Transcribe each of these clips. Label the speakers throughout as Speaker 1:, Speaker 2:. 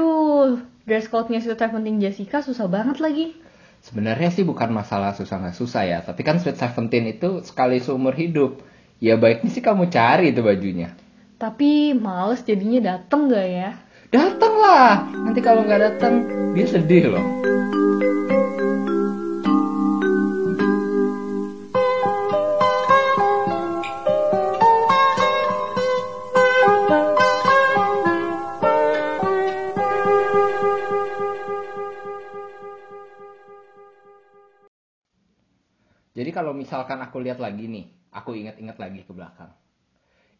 Speaker 1: Aduh, dress code-nya si Sweet Seventeen Jessica susah banget lagi.
Speaker 2: Sebenarnya sih bukan masalah susah nggak susah ya, tapi kan Sweet Seventeen itu sekali seumur hidup. Ya baiknya sih kamu cari itu bajunya.
Speaker 1: Tapi males jadinya dateng gak ya?
Speaker 2: Datanglah, nanti kalau nggak datang dia sedih loh. Jadi kalau misalkan aku lihat lagi nih, aku ingat-ingat lagi ke belakang.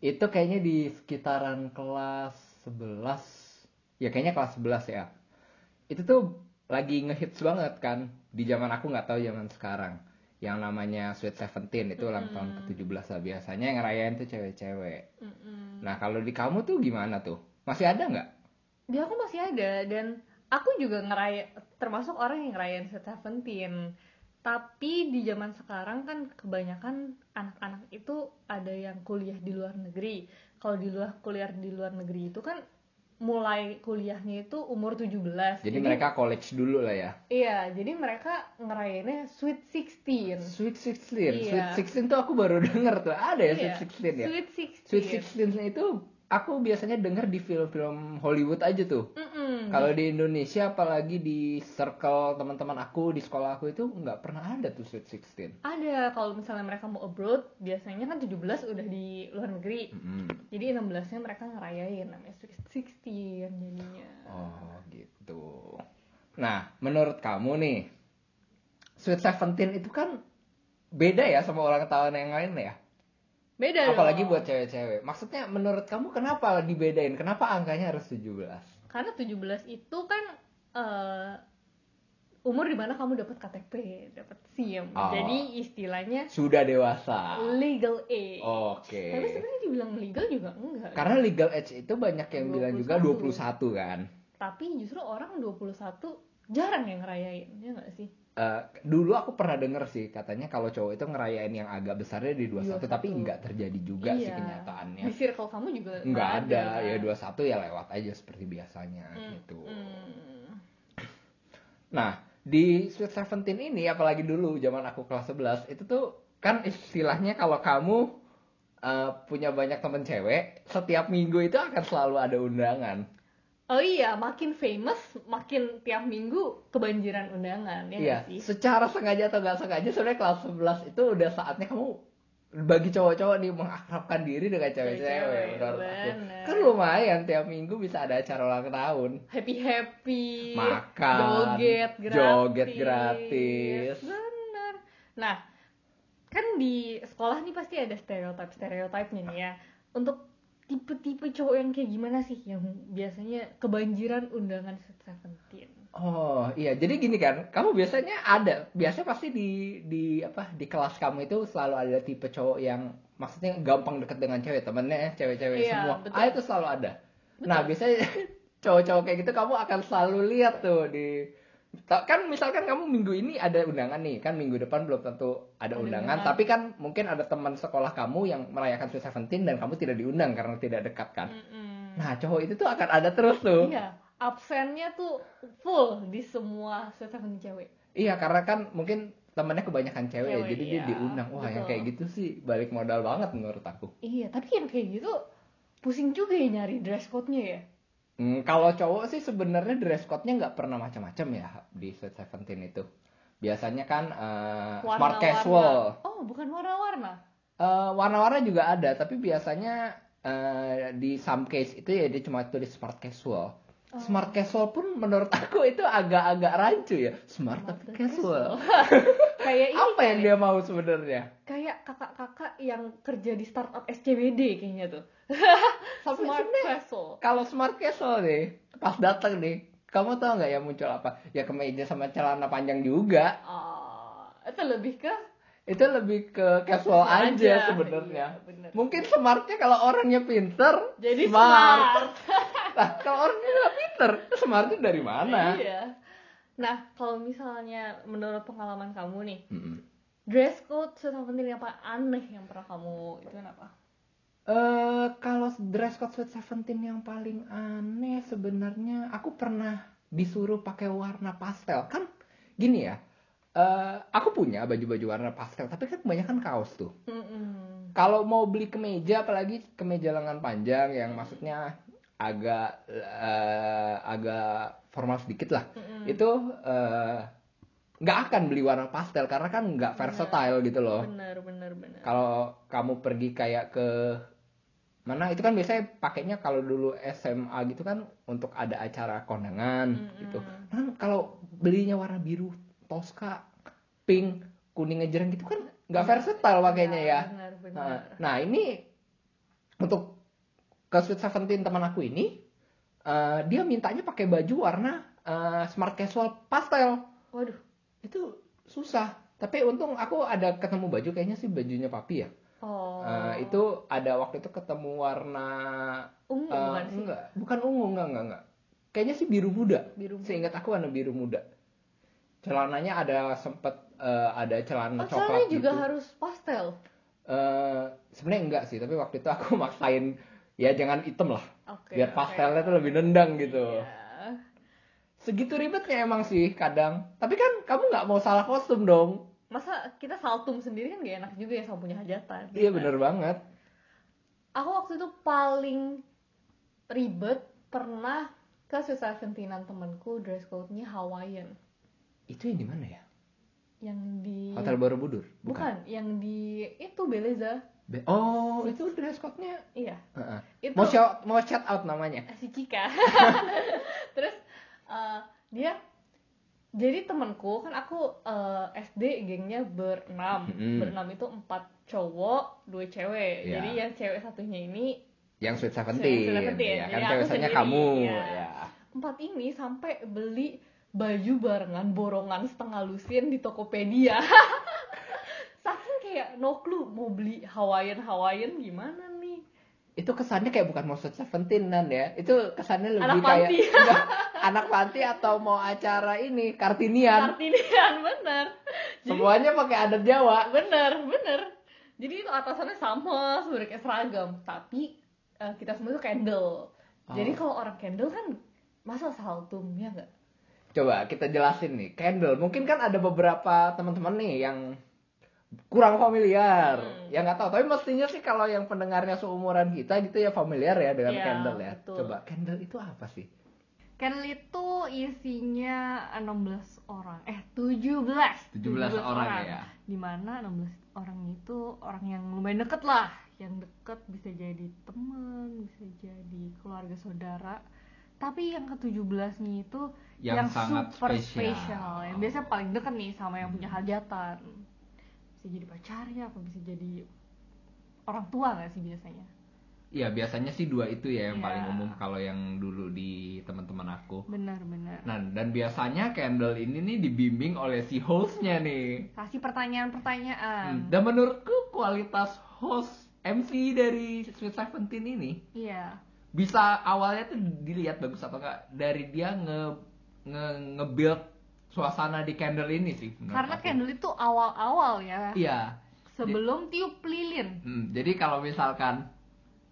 Speaker 2: Itu kayaknya di sekitaran kelas 11. Ya kayaknya kelas 11 ya. Itu tuh lagi ngehits banget kan. Di zaman aku nggak tahu zaman sekarang. Yang namanya Sweet Seventeen itu ulang tahun ke-17 lah. Biasanya yang ngerayain tuh cewek-cewek. Nah kalau di kamu tuh gimana tuh? Masih ada nggak?
Speaker 1: Dia aku masih ada dan aku juga ngeraya termasuk orang yang ngerayain Sweet Seventeen. Tapi di zaman sekarang kan kebanyakan anak-anak itu ada yang kuliah di luar negeri. Kalau di luar kuliah di luar negeri itu kan mulai kuliahnya itu umur 17.
Speaker 2: Jadi mereka college dulu lah ya.
Speaker 1: Iya, jadi mereka ngerayainnya Sweet 16.
Speaker 2: Sweet Sixteen,
Speaker 1: Iya.
Speaker 2: Sweet Sixteen tuh aku baru denger tuh ada ya Sweet
Speaker 1: Iya,
Speaker 2: Sixteen ya.
Speaker 1: Sweet 16.
Speaker 2: Sweet Sixteen itu aku biasanya denger di film-film Hollywood aja tuh.
Speaker 1: Mm-mm.
Speaker 2: Kalau di Indonesia apalagi di circle teman-teman aku di sekolah aku itu nggak pernah ada tuh Sweet Sixteen.
Speaker 1: Ada kalau misalnya mereka mau abroad, biasanya kan 17 udah di luar negeri.
Speaker 2: Mm.
Speaker 1: Jadi 16-nya mereka ngerayain namanya Sweet 16 jadinya.
Speaker 2: Oh gitu. Nah menurut kamu nih Sweet Seventeen itu kan beda ya sama ulang tahun yang lain ya.
Speaker 1: Beda Iya
Speaker 2: Apalagi
Speaker 1: dong.
Speaker 2: buat cewek-cewek. Maksudnya menurut kamu kenapa dibedain? Kenapa angkanya harus 17?
Speaker 1: karena 17 itu kan eh, umur dimana kamu dapat KTP, dapat SIM.
Speaker 2: Oh.
Speaker 1: Jadi istilahnya
Speaker 2: Sudah dewasa.
Speaker 1: legal age.
Speaker 2: Oke.
Speaker 1: Tapi sebenarnya dibilang legal juga enggak.
Speaker 2: Karena legal age itu banyak yang bilang juga 21 kan.
Speaker 1: Tapi justru orang 21 jarang yang ngerayain, ya enggak sih?
Speaker 2: Eh, dulu aku pernah denger sih katanya kalau cowok itu ngerayain yang agak besarnya di 21,
Speaker 1: 21.
Speaker 2: tapi nggak terjadi juga sih
Speaker 1: Iya.
Speaker 2: kenyataannya.
Speaker 1: Di circle kamu juga
Speaker 2: Nggak ada,
Speaker 1: kan?
Speaker 2: ya 21 ya lewat aja seperti biasanya
Speaker 1: Mm,
Speaker 2: gitu.
Speaker 1: mm.
Speaker 2: Nah, di Sweet Seventeen ini apalagi dulu zaman aku kelas 11 itu tuh kan istilahnya kalau kamu eh, punya banyak temen cewek, setiap minggu itu akan selalu ada undangan.
Speaker 1: Oh iya, makin famous, makin tiap minggu kebanjiran undangan, ya
Speaker 2: Iya,
Speaker 1: nggak sih?
Speaker 2: secara sengaja atau nggak sengaja sebenarnya kelas 11 itu udah saatnya kamu bagi cowok-cowok nih mengakrabkan diri dengan cewek-cewek
Speaker 1: Cewek-cewek,
Speaker 2: menurut aku.
Speaker 1: bener.
Speaker 2: Kan lumayan tiap minggu bisa ada acara ulang tahun.
Speaker 1: happy happy
Speaker 2: Makan,
Speaker 1: joget gratis
Speaker 2: joget gratis.
Speaker 1: bener nah kan di sekolah nih pasti ada stereotip stereotipnya nih ya untuk tipe-tipe cowok yang kayak gimana sih yang biasanya kebanjiran undangan Sweet Seventeen
Speaker 2: Oh, iya. Jadi gini kan, kamu biasanya ada, biasanya pasti di di apa di kelas kamu itu selalu ada tipe cowok yang maksudnya gampang deket dengan cewek, temennya cewek-cewek
Speaker 1: Iya,
Speaker 2: semua.
Speaker 1: betul.
Speaker 2: Ah, itu selalu ada. Nah, biasanya cowok-cowok kayak gitu kamu akan selalu lihat tuh di ta- kan misalkan kamu minggu ini ada undangan nih, kan minggu depan belum tentu
Speaker 1: Ada
Speaker 2: ada undangan,
Speaker 1: undangan.
Speaker 2: tapi kan mungkin ada teman sekolah kamu yang merayakan Sweet Seventeen dan kamu tidak diundang karena tidak dekat kan.
Speaker 1: Mm-mm.
Speaker 2: Nah, cowok itu tuh akan ada terus
Speaker 1: Hmm.
Speaker 2: tuh.
Speaker 1: iya absennya tuh full di semua Sweet Seventeen cewek
Speaker 2: Iya karena kan mungkin temennya kebanyakan cewek, ya,
Speaker 1: Cewek,
Speaker 2: jadi
Speaker 1: iya.
Speaker 2: dia diundang. Wah yang
Speaker 1: Betul.
Speaker 2: kayak gitu sih balik modal banget menurut aku.
Speaker 1: iya tapi yang kayak gitu pusing juga ya nyari dress code-nya ya
Speaker 2: Hmm, kalau cowok sih sebenarnya dress code-nya nggak pernah macam-macam ya di Sweet Seventeen itu. Biasanya kan eh, smart
Speaker 1: warna-warna
Speaker 2: casual,
Speaker 1: oh bukan warna-warna
Speaker 2: Eh, warna-warna juga ada, tapi biasanya eh, di some case itu ya dia cuma tulis smart casual.
Speaker 1: Oh. Ah,
Speaker 2: Smart casual pun menurut aku itu agak-agak rancu ya. Smart, tapi casual.
Speaker 1: kayak ini
Speaker 2: Apa yang
Speaker 1: kali.
Speaker 2: dia mau sebenarnya?
Speaker 1: kayak kakak-kakak yang kerja di startup SCBD kayaknya tuh.
Speaker 2: Tapi
Speaker 1: Smart
Speaker 2: sebenarnya-
Speaker 1: vessel.
Speaker 2: kalau smart casual nih pas datang nih kamu tau nggak yang muncul apa ya kemeja sama celana panjang juga
Speaker 1: Ah, itu lebih ke
Speaker 2: itu lebih ke casual aja, sebenarnya
Speaker 1: Iya, bener.
Speaker 2: mungkin smartnya kalau orangnya pinter
Speaker 1: Jadi smart.
Speaker 2: Nah, kalau orangnya nggak pinter smartnya dari mana
Speaker 1: Iya. Nah, kalau misalnya menurut pengalaman kamu nih,
Speaker 2: Mm-mm.
Speaker 1: dress code Sweet Seventeen yang paling aneh yang pernah kamu itu apa?
Speaker 2: Eh kalau dress code Sweet Seventeen yang paling aneh sebenarnya aku pernah disuruh pakai warna pastel kan gini ya eh aku punya baju-baju warna pastel tapi kan kebanyakan kaos tuh
Speaker 1: Mm-mm.
Speaker 2: kalau mau beli kemeja apalagi kemeja lengan panjang yang maksudnya agak eh, agak formal sedikit lah
Speaker 1: Mm-mm.
Speaker 2: itu eh, nggak akan beli warna pastel karena kan nggak
Speaker 1: Benar.
Speaker 2: versatile gitu loh
Speaker 1: bener bener bener
Speaker 2: kalau kamu pergi kayak ke mana itu kan biasanya pakainya kalau dulu SMA gitu kan untuk ada acara kondangan
Speaker 1: Mm-mm.
Speaker 2: gitu kan kalau belinya warna biru toska pink kuning ngejreng gitu kan nggak versatile pakainya ya
Speaker 1: bener bener
Speaker 2: Nah, nah, ini untuk ke Sweet Seventeen teman aku ini eh, dia mintanya pakai baju warna eh, smart casual pastel
Speaker 1: waduh
Speaker 2: itu susah tapi untung aku ada ketemu baju kayaknya sih bajunya papi ya
Speaker 1: oh
Speaker 2: Eh, itu ada waktu itu ketemu warna
Speaker 1: ungu
Speaker 2: eh,
Speaker 1: bukan sih
Speaker 2: enggak bukan ungu enggak enggak enggak kayaknya sih biru muda
Speaker 1: biru
Speaker 2: seingat aku warna biru muda celananya ada sempet eh, ada celana
Speaker 1: oh
Speaker 2: coklat
Speaker 1: soalnya juga
Speaker 2: gitu.
Speaker 1: harus pastel
Speaker 2: Eh, sebenarnya enggak sih tapi waktu itu aku maksain ya jangan hitam lah
Speaker 1: oke
Speaker 2: biar
Speaker 1: oke.
Speaker 2: pastelnya tuh lebih nendang gitu
Speaker 1: Iya.
Speaker 2: segitu ribetnya emang sih kadang tapi kan kamu nggak mau salah kostum dong
Speaker 1: masa kita saltum sendiri kan gak enak juga ya sama punya hajatan
Speaker 2: iya bener banget
Speaker 1: aku waktu itu paling ribet pernah ke Swiss Seventeenan temanku dress code-nya Hawaiian
Speaker 2: itu yang di mana ya
Speaker 1: yang di
Speaker 2: hotel Borobudur
Speaker 1: bukan yang di itu Beleza
Speaker 2: Be- oh itu dress code-nya
Speaker 1: iya
Speaker 2: Heeh.
Speaker 1: itu
Speaker 2: mau shout mau shout out namanya
Speaker 1: si Cika terus eh, dia jadi temanku kan aku eh, SD gengnya berenam
Speaker 2: Mm-mm.
Speaker 1: berenam itu empat cowok dua cewek
Speaker 2: Mm-hmm. Iya.
Speaker 1: jadi yang cewek satunya ini
Speaker 2: yang sweet
Speaker 1: Sweet
Speaker 2: seventeen
Speaker 1: Seventeen,
Speaker 2: ya kan
Speaker 1: jadi aku
Speaker 2: ceweknya
Speaker 1: sendiri,
Speaker 2: kamu
Speaker 1: iya.
Speaker 2: ya
Speaker 1: empat ini sampai beli baju barengan borongan setengah lusin di Tokopedia. Saking kayak no clue mau beli Hawaiian Hawaiian gimana nih?
Speaker 2: itu kesannya kayak bukan mau sweet seventeenan ya itu kesannya lebih
Speaker 1: Anak
Speaker 2: kayak
Speaker 1: panti.
Speaker 2: Enggak, anak panti atau mau acara ini kartinian
Speaker 1: Kartinian kan bener. Jadi
Speaker 2: semuanya pakai adat Jawa
Speaker 1: bener bener. Jadi itu atasannya sama sebenarnya kayak seragam, tapi eh, kita semua itu candle. Jadi
Speaker 2: Oh.
Speaker 1: kalau orang candle kan masa saltum ya nggak?
Speaker 2: Coba kita jelasin nih, candle. Mungkin kan ada beberapa teman-teman nih yang kurang familiar,
Speaker 1: Hmm.
Speaker 2: yang nggak tahu. Tapi mestinya sih kalau yang pendengarnya seumuran kita gitu ya familiar ya dengan
Speaker 1: Iya,
Speaker 2: candle ya.
Speaker 1: betul.
Speaker 2: Coba candle itu apa sih?
Speaker 1: Candle itu Kan isinya 16 orang, eh 17 dimana 16 orang itu orang yang lumayan deket lah yang deket bisa jadi teman bisa jadi keluarga saudara tapi yang ke-17 nya itu yang, super spesial. ya. yang
Speaker 2: Oh.
Speaker 1: biasanya paling deket nih sama yang punya hajatan bisa jadi pacarnya apa bisa jadi orang tua nggak sih biasanya
Speaker 2: Ya biasanya sih dua itu ya yang
Speaker 1: Iya.
Speaker 2: paling umum kalau yang dulu di teman-teman aku.
Speaker 1: benar-benar
Speaker 2: Nah dan biasanya candle ini nih dibimbing oleh si hostnya nih.
Speaker 1: kasih pertanyaan-pertanyaan
Speaker 2: Hmm. Dan menurutku kualitas host MC dari Sweet Seventeen ini
Speaker 1: iya
Speaker 2: bisa awalnya tuh dilihat bagus atau enggak dari dia nge nge nge-build suasana di candle ini sih. menurut
Speaker 1: karena
Speaker 2: aku.
Speaker 1: candle itu awal-awal ya
Speaker 2: Iya.
Speaker 1: sebelum tiup lilin
Speaker 2: Hmm, jadi kalau misalkan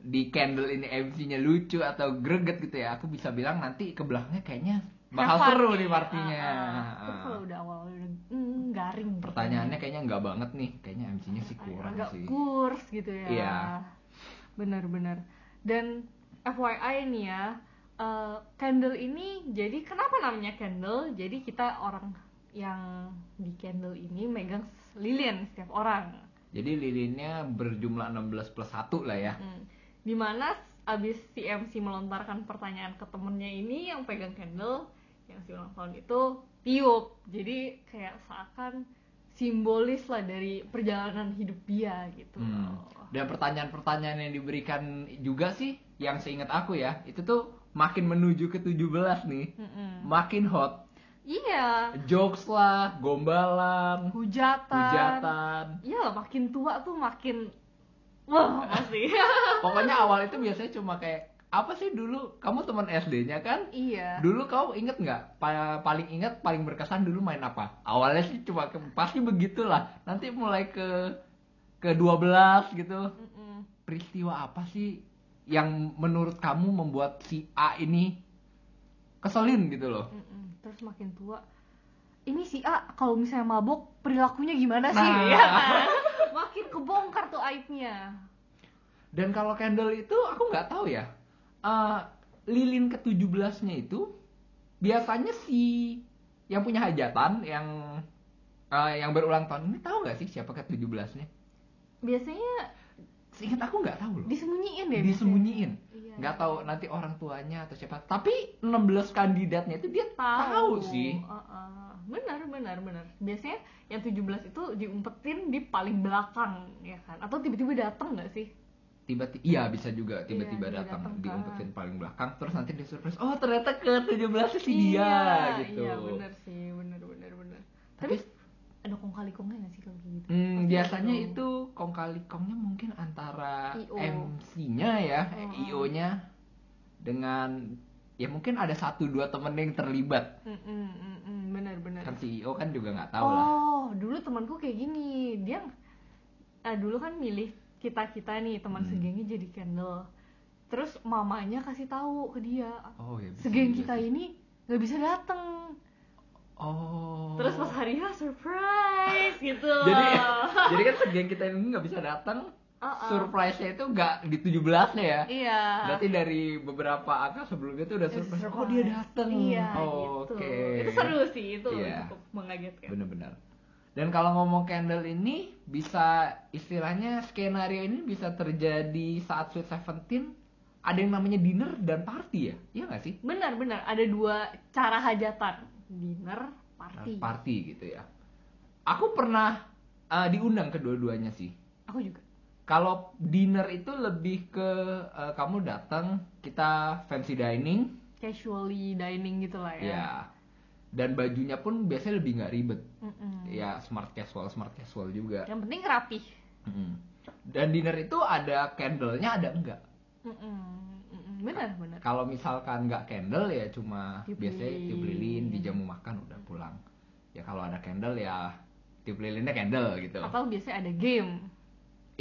Speaker 2: di candle ini MC-nya lucu atau greget gitu ya, aku bisa bilang nanti ke belakangnya kayaknya bakal
Speaker 1: Have fun
Speaker 2: seru
Speaker 1: nih.
Speaker 2: nih partinya.
Speaker 1: Ah, ah. Terus
Speaker 2: Ah,
Speaker 1: kalau udah awal udah mm, garing.
Speaker 2: Pertanyaannya kayaknya enggak banget nih, kayaknya MC-nya sih kurang
Speaker 1: agak
Speaker 2: sih.
Speaker 1: kurs gitu ya.
Speaker 2: Iya.
Speaker 1: Benar-benar. Dan FYI nih ya, eh, candle ini jadi kenapa namanya candle? Jadi kita orang yang di candle ini megang lilin setiap orang.
Speaker 2: Jadi lilinnya berjumlah 16 plus 1 lah ya.
Speaker 1: Hmm. Dimana abis si MC melontarkan pertanyaan ke temennya ini yang pegang candle yang si ulang tahun itu tiup jadi kayak seakan simbolis lah dari perjalanan hidup dia gitu
Speaker 2: Hmm. Dan pertanyaan-pertanyaan yang diberikan juga sih yang seingat aku ya, itu tuh makin menuju ke 17 nih,
Speaker 1: Mm-mm.
Speaker 2: makin hot.
Speaker 1: iya
Speaker 2: Jokes lah, gombalan,
Speaker 1: hujatan
Speaker 2: hujatan.
Speaker 1: iya lah makin tua tuh makin wah pasti
Speaker 2: Pokoknya awal itu biasanya cuma kayak apa sih dulu kamu teman SD-nya kan?
Speaker 1: iya
Speaker 2: Dulu kau inget nggak? Pa- paling inget, paling berkesan dulu main apa? Awalnya sih cuma ke- pasti begitulah. Nanti mulai ke ke 12 gitu.
Speaker 1: Mm-mm.
Speaker 2: peristiwa apa sih yang menurut kamu membuat si A ini keselin gitu loh?
Speaker 1: Mm-mm. terus makin tua ini si A kalau misalnya mabok perilakunya gimana sih
Speaker 2: Nah.
Speaker 1: ya kan? makin kebongkar tuh aibnya
Speaker 2: Dan kalau Kendall itu aku nggak tahu ya. Eh, lilin ke-17-nya itu biasanya si yang punya hajatan yang eh, yang berulang tahun ini tahu nggak sih siapa ke-17-nya?
Speaker 1: biasanya
Speaker 2: Seingat aku nggak tahu loh.
Speaker 1: disembunyiin deh ya.
Speaker 2: Disembunyiin.
Speaker 1: Iya.
Speaker 2: Nggak tahu Nah, nanti orang tuanya atau siapa. Tapi 16 kandidatnya itu dia tahu, sih.
Speaker 1: Heeh. benar benar benar biasanya yang 17 itu diumpetin di paling belakang ya kan atau tiba-tiba datang nggak sih
Speaker 2: Tiba-tiba iya bisa juga tiba-tiba
Speaker 1: Iya,
Speaker 2: datang
Speaker 1: tiba-tiba.
Speaker 2: diumpetin paling belakang terus nanti di surprise. Oh, ternyata ke-17 si dia gitu.
Speaker 1: iya benar sih benar benar benar tapi,
Speaker 2: Tapi-
Speaker 1: ada kong kali kongnya nggak sih kalau kayak gitu
Speaker 2: Hmm,
Speaker 1: Pasti
Speaker 2: biasanya
Speaker 1: ada dong.
Speaker 2: itu kong kali kongnya mungkin antara
Speaker 1: IO.
Speaker 2: MC-nya ya,
Speaker 1: Oh.
Speaker 2: IO-nya dengan ya mungkin ada satu dua temen yang terlibat.
Speaker 1: Mm-mm, mm-mm, benar benar
Speaker 2: Kan si IO kan juga nggak tahu lah.
Speaker 1: oh dulu temanku kayak gini dia ah, dulu kan milih kita kita nih teman
Speaker 2: Hmm.
Speaker 1: segengnya jadi candle terus mamanya kasih tahu ke dia
Speaker 2: Oh ya. bisa
Speaker 1: segeng
Speaker 2: juga
Speaker 1: kita
Speaker 2: sih.
Speaker 1: ini nggak bisa datang
Speaker 2: Oh.
Speaker 1: terus pas hari H surprise gitu
Speaker 2: Jadi jadi kan segeng kita ini nggak bisa datang.
Speaker 1: Uh-uh.
Speaker 2: Surprise-nya itu nggak di 17 nya ya.
Speaker 1: iya
Speaker 2: Berarti dari beberapa angka sebelumnya itu udah surprise. Kok dia datang?
Speaker 1: iya
Speaker 2: Oh,
Speaker 1: gitu
Speaker 2: Oke.
Speaker 1: itu seru ya. sih itu
Speaker 2: Iya.
Speaker 1: cukup mengagetkan
Speaker 2: benar-benar dan kalau ngomong candle ini bisa istilahnya skenario ini bisa terjadi saat Sweet Seventeen ada yang namanya dinner dan party ya iya nggak sih
Speaker 1: benar benar ada dua cara hajatan dinner party
Speaker 2: party gitu ya aku pernah eh, diundang kedua-duanya sih
Speaker 1: aku juga
Speaker 2: kalau dinner itu lebih ke eh, kamu datang kita fancy dining
Speaker 1: casually dining gitu lah ya
Speaker 2: ya dan bajunya pun biasanya lebih nggak ribet
Speaker 1: Mm-mm.
Speaker 2: ya smart casual smart casual juga
Speaker 1: yang penting rapi
Speaker 2: Mm. dan dinner itu ada candlenya ada enggak
Speaker 1: Mm-mm. Mm-mm. benar benar
Speaker 2: kalau misalkan nggak candle ya cuma
Speaker 1: Tiup
Speaker 2: biasanya
Speaker 1: lilin.
Speaker 2: tiup lilin di jamu makan udah pulang ya kalau ada candle ya tiup lilinnya candle gitu
Speaker 1: atau biasanya ada game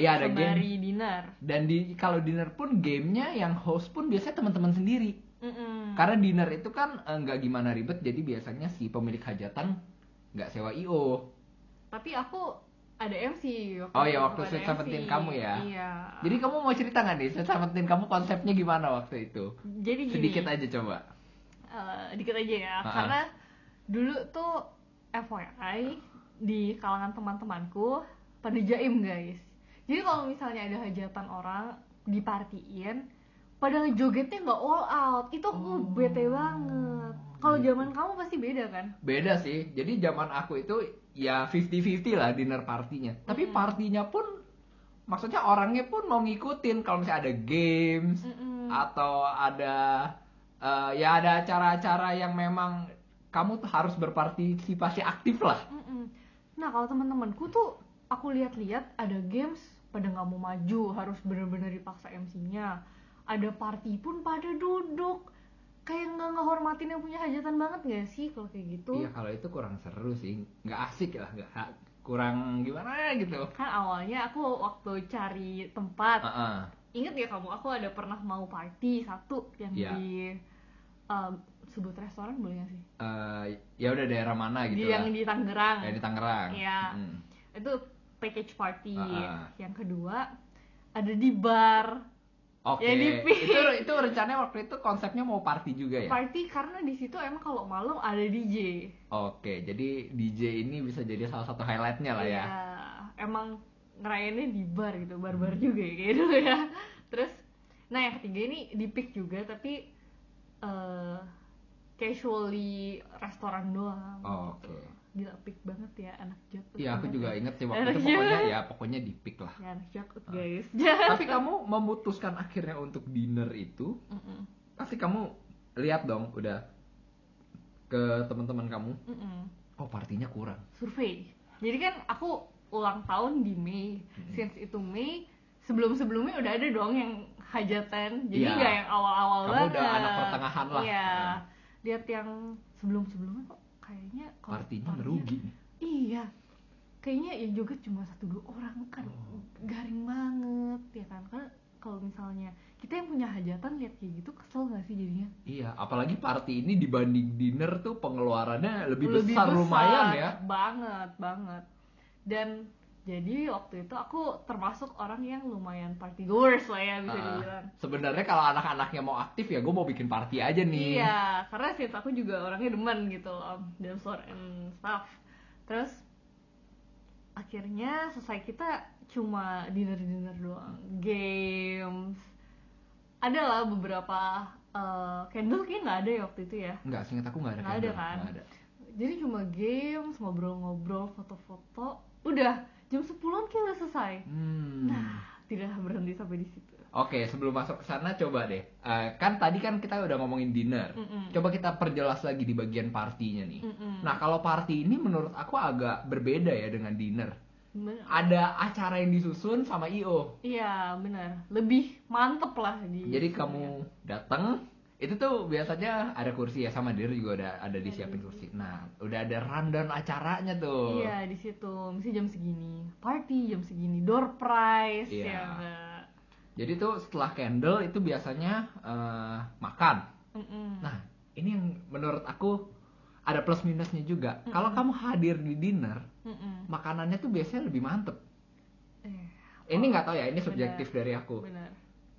Speaker 2: iya ada game
Speaker 1: sembari dinner
Speaker 2: dan di kalau dinner pun gamenya yang host pun biasanya teman-teman sendiri
Speaker 1: Mm-mm.
Speaker 2: karena dinner itu kan eh, nggak gimana ribet jadi biasanya si pemilik hajatan nggak sewa io
Speaker 1: tapi aku ada MC waktu
Speaker 2: Oh iya,
Speaker 1: itu,
Speaker 2: waktu
Speaker 1: ada
Speaker 2: Sweet
Speaker 1: MC.
Speaker 2: Seventeen kamu ya?
Speaker 1: iya
Speaker 2: jadi kamu mau cerita nggak nih sama tim kamu konsepnya gimana waktu itu
Speaker 1: jadi gini,
Speaker 2: sedikit aja coba
Speaker 1: eh, dikit aja ya
Speaker 2: Ha-ha.
Speaker 1: karena dulu tuh FYI di kalangan teman-temanku pada jaim guys jadi kalau misalnya ada hajatan orang dipartiin pada jogetnya nggak all out itu aku
Speaker 2: Oh.
Speaker 1: bete banget kalau zaman kamu pasti beda kan
Speaker 2: Beda sih. Jadi zaman aku itu ya 50-50 lah dinner partinya. Tapi
Speaker 1: Mm-mm.
Speaker 2: partinya pun maksudnya orangnya pun mau ngikutin kalau misalnya ada games
Speaker 1: Mm-mm.
Speaker 2: atau ada eh, ya ada acara-acara yang memang kamu tuh harus berpartisipasi aktif lah.
Speaker 1: Mm-mm. Nah kalau teman-temanku tuh aku lihat-lihat ada games pada nggak mau maju harus bener-bener dipaksa MC-nya. Ada party pun pada duduk kayak nggak ngehormatin yang punya hajatan banget nggak sih kalau kayak gitu?
Speaker 2: Iya kalau itu kurang seru sih, nggak asik lah, nggak kurang gimana gitu.
Speaker 1: Kan awalnya aku waktu cari tempat
Speaker 2: Heeh.
Speaker 1: inget ya kamu aku ada pernah mau party satu yang
Speaker 2: Iya.
Speaker 1: di um, sebut restoran boleh nggak sih?
Speaker 2: Eh, ya udah daerah mana
Speaker 1: Di
Speaker 2: gitu
Speaker 1: yang
Speaker 2: lah.
Speaker 1: di Tangerang.
Speaker 2: Ya, di Tangerang.
Speaker 1: Iya.
Speaker 2: Mm.
Speaker 1: Itu package party.
Speaker 2: Ah, ah.
Speaker 1: Yang kedua ada di bar.
Speaker 2: Oke.
Speaker 1: Ya, dipik.
Speaker 2: Itu itu rencananya waktu itu konsepnya mau party juga ya.
Speaker 1: party karena di situ emang kalau malam ada DJ.
Speaker 2: Oke, jadi DJ ini bisa jadi salah satu highlightnya lah ya.
Speaker 1: Iya. Emang ngerayainnya di bar gitu, bar-bar
Speaker 2: Hmm.
Speaker 1: juga ya kayak dulu ya. Terus nah yang ketiga ini di pick juga tapi eh casually restoran doang.
Speaker 2: Oh, Oke.
Speaker 1: Gila pick banget ya anak jakut.
Speaker 2: Iya, aku
Speaker 1: banget
Speaker 2: juga
Speaker 1: ya.
Speaker 2: inget sih waktu itu
Speaker 1: Iya.
Speaker 2: pokoknya ya pokoknya di pick lah.
Speaker 1: Ya, anak jakut
Speaker 2: Ah.
Speaker 1: guys.
Speaker 2: Tapi kamu memutuskan akhirnya untuk dinner itu,
Speaker 1: Mm-mm.
Speaker 2: pasti kamu lihat dong udah ke teman-teman kamu,
Speaker 1: Mm-mm.
Speaker 2: oh partinya kurang.
Speaker 1: survei. Jadi kan aku ulang tahun di Mei.
Speaker 2: Mm-mm.
Speaker 1: Since itu Mei, sebelum-sebelumnya udah ada dong yang hajatan. Jadi
Speaker 2: Iya.
Speaker 1: nggak yang awal-awal
Speaker 2: Kamu
Speaker 1: banget.
Speaker 2: udah anak pertengahan lah.
Speaker 1: Iya.
Speaker 2: Heeh.
Speaker 1: Lihat yang sebelum-sebelumnya kok kayaknya kalau
Speaker 2: Partinya merugi.
Speaker 1: Iya. kayaknya ya juga cuma satu dua orang kan
Speaker 2: Oh.
Speaker 1: garing banget ya kan karena kalau misalnya kita yang punya hajatan lihat kayak gitu kesel gak sih jadinya
Speaker 2: Iya, apalagi party ini dibanding dinner tuh pengeluarannya lebih,
Speaker 1: besar,
Speaker 2: besar, lumayan ya.
Speaker 1: banget banget dan jadi waktu itu aku termasuk orang yang lumayan party goers lah ya bisa
Speaker 2: Ah,
Speaker 1: dibilang
Speaker 2: Sebenarnya kalau anak-anaknya mau aktif ya gue mau bikin party aja nih.
Speaker 1: Iya, karena since aku juga orangnya demen gitu um, dancer and stuff. Terus akhirnya selesai kita cuma dinner dinner doang, games. Ada lah beberapa uh, candle kayaknya nggak ada ya waktu itu ya.
Speaker 2: Enggak, singkat aku nggak ada.
Speaker 1: Nggak ada
Speaker 2: candle,
Speaker 1: kan?
Speaker 2: nggak ada.
Speaker 1: Jadi cuma games, ngobrol-ngobrol, foto-foto. Udah jam 10-an kayak udah selesai.
Speaker 2: Hmm.
Speaker 1: Nah, tidak berhenti sampai di situ.
Speaker 2: Oke, sebelum masuk ke sana coba deh. Eh, kan tadi kan kita udah ngomongin dinner.
Speaker 1: Mm-mm.
Speaker 2: Coba kita perjelas lagi di bagian partinya nih.
Speaker 1: Mm-mm.
Speaker 2: Nah, kalau party ini menurut aku agak berbeda ya dengan dinner.
Speaker 1: Bener.
Speaker 2: Ada acara yang disusun sama IO.
Speaker 1: Iya, benar. Lebih mantep lah di
Speaker 2: Jadi kamu datang, itu tuh biasanya ada kursi ya sama diri juga ada ada disiapin kursi. Nah, udah ada rundown acaranya tuh.
Speaker 1: Iya di situ, mesti jam segini party, jam segini door prize,
Speaker 2: Iya.
Speaker 1: ya enggak.
Speaker 2: Jadi tuh setelah candle itu biasanya eh, makan.
Speaker 1: Mm-mm.
Speaker 2: Nah, ini yang menurut aku ada plus minusnya juga.
Speaker 1: Hmm.
Speaker 2: Kalau kamu hadir di dinner,
Speaker 1: Mm-mm.
Speaker 2: makanannya tuh biasanya lebih mantep.
Speaker 1: Eh,
Speaker 2: Ini nggak tahu ya, ini
Speaker 1: Benar.
Speaker 2: subjektif dari aku.
Speaker 1: benar.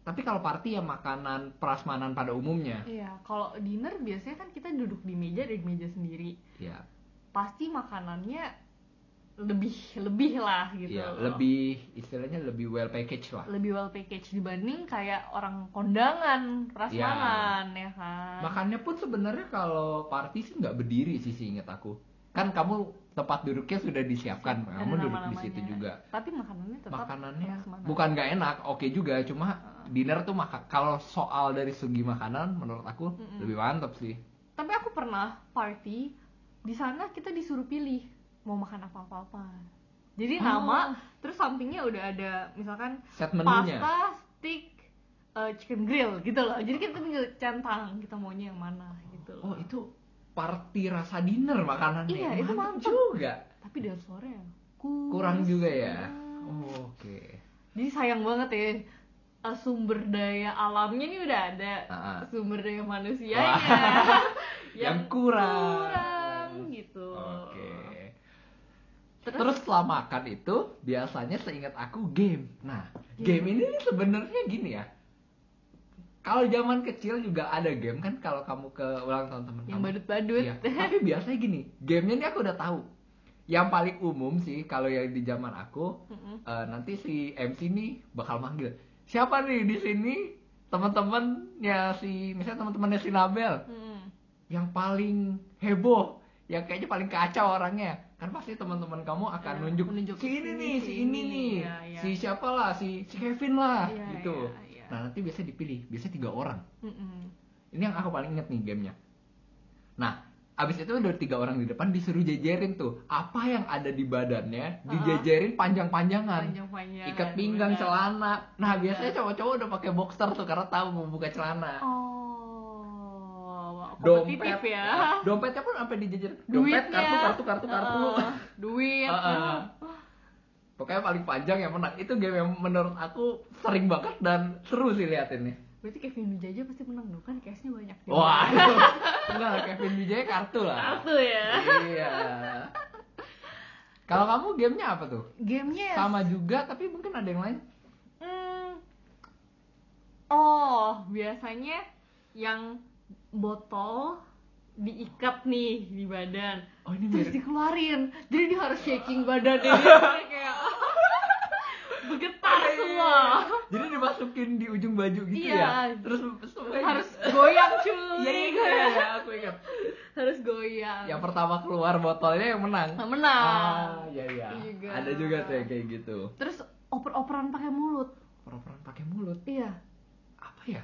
Speaker 2: Tapi kalau party ya makanan prasmanan pada umumnya.
Speaker 1: Iya, kalau dinner biasanya kan kita duduk di meja dari meja sendiri,
Speaker 2: Ya,
Speaker 1: pasti makanannya lebih lebih lah gitu.
Speaker 2: ya,
Speaker 1: loh.
Speaker 2: lebih istilahnya lebih well packaged lah.
Speaker 1: lebih well package dibanding kayak orang kondangan, prasmanan ya kan.
Speaker 2: Makannya pun sebenarnya kalau party sih nggak berdiri sih seingat aku. Kan kamu tempat duduknya sudah disiapkan,
Speaker 1: Ada
Speaker 2: kan, kamu duduk di
Speaker 1: nama-namanya.
Speaker 2: situ juga.
Speaker 1: Tapi makanannya tetap
Speaker 2: makanannya
Speaker 1: prasmanan.
Speaker 2: bukan nggak enak oke juga cuma dinner tuh maka kalau soal dari segi makanan menurut aku
Speaker 1: Mm-mm.
Speaker 2: lebih mantap sih
Speaker 1: tapi aku pernah party di sana kita disuruh pilih mau makan apa apa apa jadi
Speaker 2: Ah.
Speaker 1: nama terus sampingnya udah ada misalkan
Speaker 2: set menunya
Speaker 1: pasta stick eh, chicken grill gitu loh jadi kita tinggal centang kita maunya yang mana gitu loh
Speaker 2: oh itu party rasa dinner makanannya
Speaker 1: Iya, itu
Speaker 2: Mantap
Speaker 1: mantap.
Speaker 2: juga
Speaker 1: tapi dari sore ya kurang,
Speaker 2: kurang juga ya
Speaker 1: banget.
Speaker 2: oh, oke
Speaker 1: jadi sayang banget ya eh, sumber daya alamnya ini udah ada
Speaker 2: Ah, ah.
Speaker 1: sumber daya manusianya
Speaker 2: Yang kurang.
Speaker 1: kurang, gitu
Speaker 2: oke terus setelah makan itu biasanya seingat aku game nah game, ini nih sebenarnya gini ya kalau zaman kecil juga ada game kan kalau kamu ke ulang tahun teman
Speaker 1: yang
Speaker 2: kamu
Speaker 1: badut-badut
Speaker 2: Iya, tapi biasanya gini, gamenya ini aku udah tahu. Yang paling umum sih kalau yang di zaman aku
Speaker 1: Mm-mm.
Speaker 2: eh, nanti si MC nih bakal manggil siapa nih di sini teman-temannya si misalnya teman-temannya si Nabel
Speaker 1: Mm-mm.
Speaker 2: yang paling heboh, yang kayaknya paling kacau orangnya kan pasti teman-teman kamu akan
Speaker 1: Iya,
Speaker 2: nunjuk,
Speaker 1: menunjuk
Speaker 2: si ini
Speaker 1: sini,
Speaker 2: nih,
Speaker 1: si
Speaker 2: si ini
Speaker 1: ini."
Speaker 2: nih,
Speaker 1: Iya, iya.
Speaker 2: si siapa lah, si, si Kevin lah
Speaker 1: Iya,
Speaker 2: gitu.
Speaker 1: iya, iya.
Speaker 2: Nah nanti biasanya dipilih, biasanya tiga orang.
Speaker 1: Mm-mm.
Speaker 2: Ini yang aku paling inget nih gamenya. Nah, abis itu udah tiga orang di depan disuruh jejerin tuh apa yang ada di badannya dijejerin panjang-panjangan.
Speaker 1: panjang-panjang
Speaker 2: Ikat pinggang,
Speaker 1: benar.
Speaker 2: celana. Nah, biasanya cowok-cowok udah pakai boxer tuh karena tahu mau buka celana.
Speaker 1: oh kompetitif
Speaker 2: Dompet Nah,
Speaker 1: ya
Speaker 2: Dompetnya pun sampai dijejerin.
Speaker 1: duit
Speaker 2: Dompet, kartu, kartu, kartu, kartu.
Speaker 1: Ah,
Speaker 2: Ah,
Speaker 1: duit
Speaker 2: Heeh. Pokoknya paling panjang yang menang. Itu game yang menurut aku sering banget dan seru sih liatinnya.
Speaker 1: berarti Kevin Wijaja pasti menang dong kan cashnya banyak dia.
Speaker 2: Wah, enggak lah, Kevin Wijaya kartu lah.
Speaker 1: satu ya
Speaker 2: iya. Kalau kamu gamenya apa tuh?
Speaker 1: gamenya
Speaker 2: Sama juga tapi mungkin ada yang lain.
Speaker 1: Hmm. oh biasanya yang botol diikat nih di badan
Speaker 2: Oh ini
Speaker 1: terus
Speaker 2: mirip.
Speaker 1: dikeluarin jadi dia harus shaking badannya dia kayak bergetar
Speaker 2: Iya,
Speaker 1: semua
Speaker 2: Jadi dimasukin di ujung baju gitu
Speaker 1: Iya.
Speaker 2: ya. Terus semua
Speaker 1: harus goyang
Speaker 2: Iya
Speaker 1: cuy
Speaker 2: iya, iya, iya, aku ingat.
Speaker 1: harus goyang
Speaker 2: Yang pertama keluar botolnya yang menang.
Speaker 1: Nah, menang
Speaker 2: Ah, iya iya.
Speaker 1: Juga.
Speaker 2: Ada juga tuh yang kayak gitu.
Speaker 1: terus oper-operan pakai mulut
Speaker 2: Peran-peran pakai mulut.
Speaker 1: iya
Speaker 2: Apa ya?